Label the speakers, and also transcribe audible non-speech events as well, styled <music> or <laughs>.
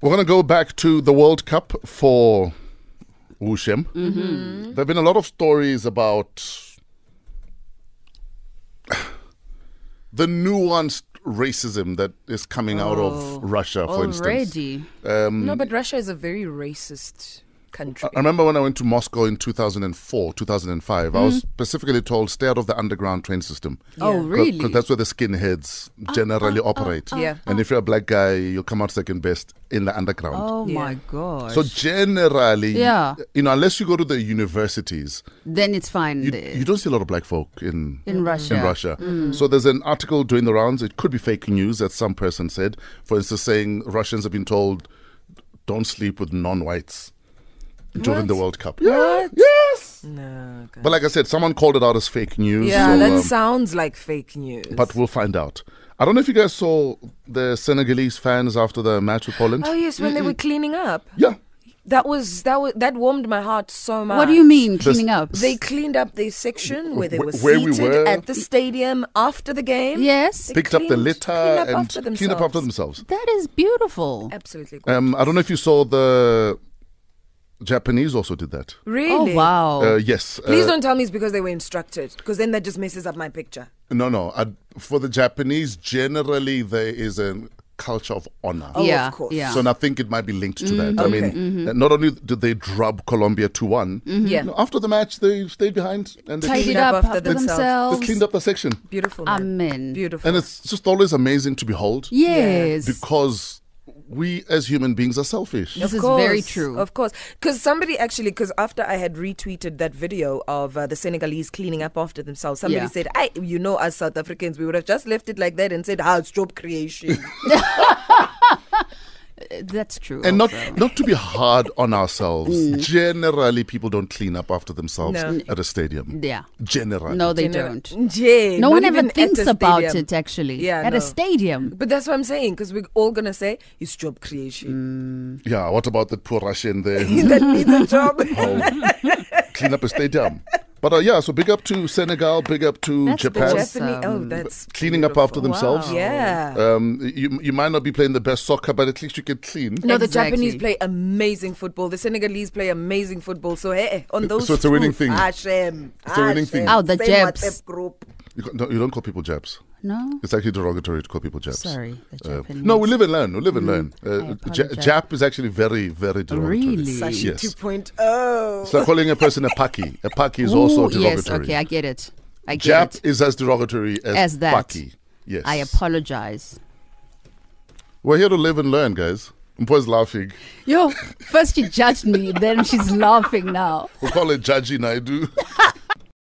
Speaker 1: We're going to go back to the World Cup for Wushim.
Speaker 2: Mm-hmm.
Speaker 1: There have been a lot of stories about the nuanced racism that is coming out
Speaker 2: Oh,
Speaker 1: of Russia, for instance. Um,
Speaker 2: Already.
Speaker 3: no, but Russia is a very racist country.
Speaker 1: I remember when I went to Moscow in 2004, 2005, I was
Speaker 2: Mm-hmm.
Speaker 1: specifically told stay out of the underground train system.
Speaker 2: Oh, really? Ah,
Speaker 1: Because that's where the skinheads generally operate.
Speaker 3: Yeah.
Speaker 1: And if you're a black guy, you'll come out second best in the underground.
Speaker 2: oh
Speaker 3: Yeah.
Speaker 2: my god.
Speaker 1: So generally,
Speaker 2: Yeah.
Speaker 1: you know, unless you go to the universities,
Speaker 2: then it's fine.
Speaker 1: you,
Speaker 2: there.
Speaker 1: you don't see a lot of black folk in
Speaker 2: in Russia.
Speaker 1: in Russia.
Speaker 3: Mm.
Speaker 1: So there's an article doing the rounds. It could be fake news that some person said, for instance, saying Russians have been told don't sleep with non-whites during the World Cup. Yeah, yes.
Speaker 3: no, God.
Speaker 1: But like I said, someone called it out as fake news.
Speaker 3: yeah,
Speaker 1: so,
Speaker 3: that
Speaker 1: um,
Speaker 3: sounds like fake news.
Speaker 1: but we'll find out. I don't know if you guys saw the Senegalese fans after the match with Poland.
Speaker 3: oh yes, when they were cleaning up,
Speaker 1: yeah.
Speaker 3: that was that was that warmed my heart so much.
Speaker 2: What do you mean cleaning up?
Speaker 3: They cleaned up their section where they were
Speaker 1: Wh- where we
Speaker 3: seated
Speaker 1: were.
Speaker 3: at the stadium after the game.
Speaker 2: yes.
Speaker 3: They
Speaker 1: Picked up the
Speaker 3: cleaned-
Speaker 1: litter
Speaker 3: cleaned up
Speaker 1: and
Speaker 3: after
Speaker 1: cleaned up after
Speaker 3: themselves.
Speaker 1: themselves.
Speaker 2: That is beautiful.
Speaker 3: Absolutely. gorgeous.
Speaker 1: Um, I don't know if you saw the Japanese also did that.
Speaker 3: really?
Speaker 2: Oh wow.
Speaker 1: Uh, yes.
Speaker 3: Please
Speaker 1: uh,
Speaker 3: don't tell me it's because they were instructed, because then that just messes up my picture.
Speaker 2: Mm-hmm.
Speaker 1: No, no. I, for the Japanese, generally there is a culture of honor.
Speaker 3: Oh,
Speaker 2: yeah.
Speaker 3: of course.
Speaker 2: Yeah.
Speaker 1: So and I think it might be linked to that. I
Speaker 3: Okay. Mm-hmm.
Speaker 1: mean, uh, not only did they drub Colombia to one,
Speaker 3: Yeah.
Speaker 1: no, after the match they stayed behind and they,
Speaker 2: Tidied
Speaker 1: cleaned,
Speaker 3: up
Speaker 2: up
Speaker 3: after
Speaker 2: after
Speaker 3: themselves.
Speaker 1: they
Speaker 2: themselves.
Speaker 1: cleaned up the section.
Speaker 3: Beautiful.
Speaker 2: Um,
Speaker 3: man.
Speaker 2: Amen.
Speaker 3: Beautiful.
Speaker 1: And it's just always amazing to behold
Speaker 2: Yes.
Speaker 1: because we as human beings are selfish.
Speaker 2: Yes. This
Speaker 3: Of
Speaker 2: is very
Speaker 3: course,
Speaker 2: true.
Speaker 3: Of course. Because somebody actually, because after I had retweeted that video of uh, the Senegalese cleaning up after themselves, somebody
Speaker 2: Yeah.
Speaker 3: said, I, you know, us South Africans, we would have just left it like that and said, ah, it's
Speaker 2: <laughs>
Speaker 3: job creation.
Speaker 2: uh, That's true.
Speaker 1: And not,
Speaker 2: also.
Speaker 1: not to be hard on ourselves.
Speaker 3: Mm.
Speaker 1: Generally, people don't clean up after themselves
Speaker 3: No.
Speaker 1: at a stadium.
Speaker 2: Yeah.
Speaker 1: Generally.
Speaker 2: No, they
Speaker 3: You know?
Speaker 2: don't.
Speaker 3: Yeah,
Speaker 2: No
Speaker 3: not
Speaker 2: one ever
Speaker 3: even at
Speaker 2: thinks
Speaker 3: a
Speaker 2: about
Speaker 3: stadium.
Speaker 2: it actually.
Speaker 3: Yeah,
Speaker 2: At
Speaker 3: no.
Speaker 2: a stadium.
Speaker 3: But that's what I'm saying, because we're all going to say, it's job creation.
Speaker 1: Yeah, what about that poor Russian there?
Speaker 2: Mm.
Speaker 1: who-
Speaker 3: <laughs> that needs
Speaker 1: <laughs>
Speaker 3: a
Speaker 1: Oh,
Speaker 3: job.
Speaker 1: clean up a stadium. But uh, yeah, so big up to Senegal, big up to
Speaker 2: That's
Speaker 3: The
Speaker 1: Japan,
Speaker 2: Pass.
Speaker 3: Japanese, oh,
Speaker 2: Um,
Speaker 3: that's
Speaker 1: cleaning up
Speaker 3: beautiful.
Speaker 1: after themselves.
Speaker 2: Wow.
Speaker 3: Yeah.
Speaker 1: Um, you you might not be playing the best soccer, but at least you can clean.
Speaker 3: No, the
Speaker 2: Exactly.
Speaker 3: Japanese play amazing football. The Senegalese play amazing football. So hey, on those.
Speaker 1: so it's a winning
Speaker 3: two,
Speaker 1: thing.
Speaker 3: Hashem,
Speaker 1: It's a winning thing.
Speaker 3: Hashem,
Speaker 2: Oh, the
Speaker 3: same
Speaker 2: Jabs.
Speaker 3: WhatsApp group.
Speaker 1: You, ca- no, you don't call people Japs.
Speaker 2: No.
Speaker 1: It's actually derogatory to call people Japs.
Speaker 2: Sorry, the
Speaker 1: Uh,
Speaker 2: Japanese. Mm.
Speaker 1: no, we live and learn. We live and learn.
Speaker 2: I
Speaker 1: Uh, J-
Speaker 2: apologize.
Speaker 1: Jap is actually very, very derogatory.
Speaker 2: Really?
Speaker 3: Sashi
Speaker 1: Yes.
Speaker 3: 2.0.
Speaker 1: It's like calling a person a paki. A paki is
Speaker 2: Ooh,
Speaker 1: also
Speaker 2: yes.
Speaker 1: derogatory.
Speaker 2: Okay, I get it. I get
Speaker 1: Jap
Speaker 2: it.
Speaker 1: is as derogatory as,
Speaker 2: As that.
Speaker 1: paki. Yes.
Speaker 2: I apologize.
Speaker 1: We're here to live and learn, guys. Mpo's laughing.
Speaker 2: Yo, first she judged me, then she's laughing now.
Speaker 1: We call it judgy Naidu.